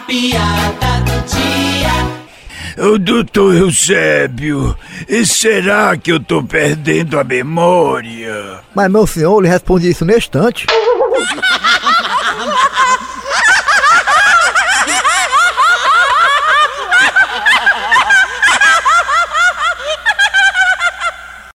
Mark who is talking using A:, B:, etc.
A: piada do dia.
B: Ô, doutor Eusébio, e será que eu tô perdendo a memória?
C: Mas, meu senhor, eu lhe respondi isso no instante.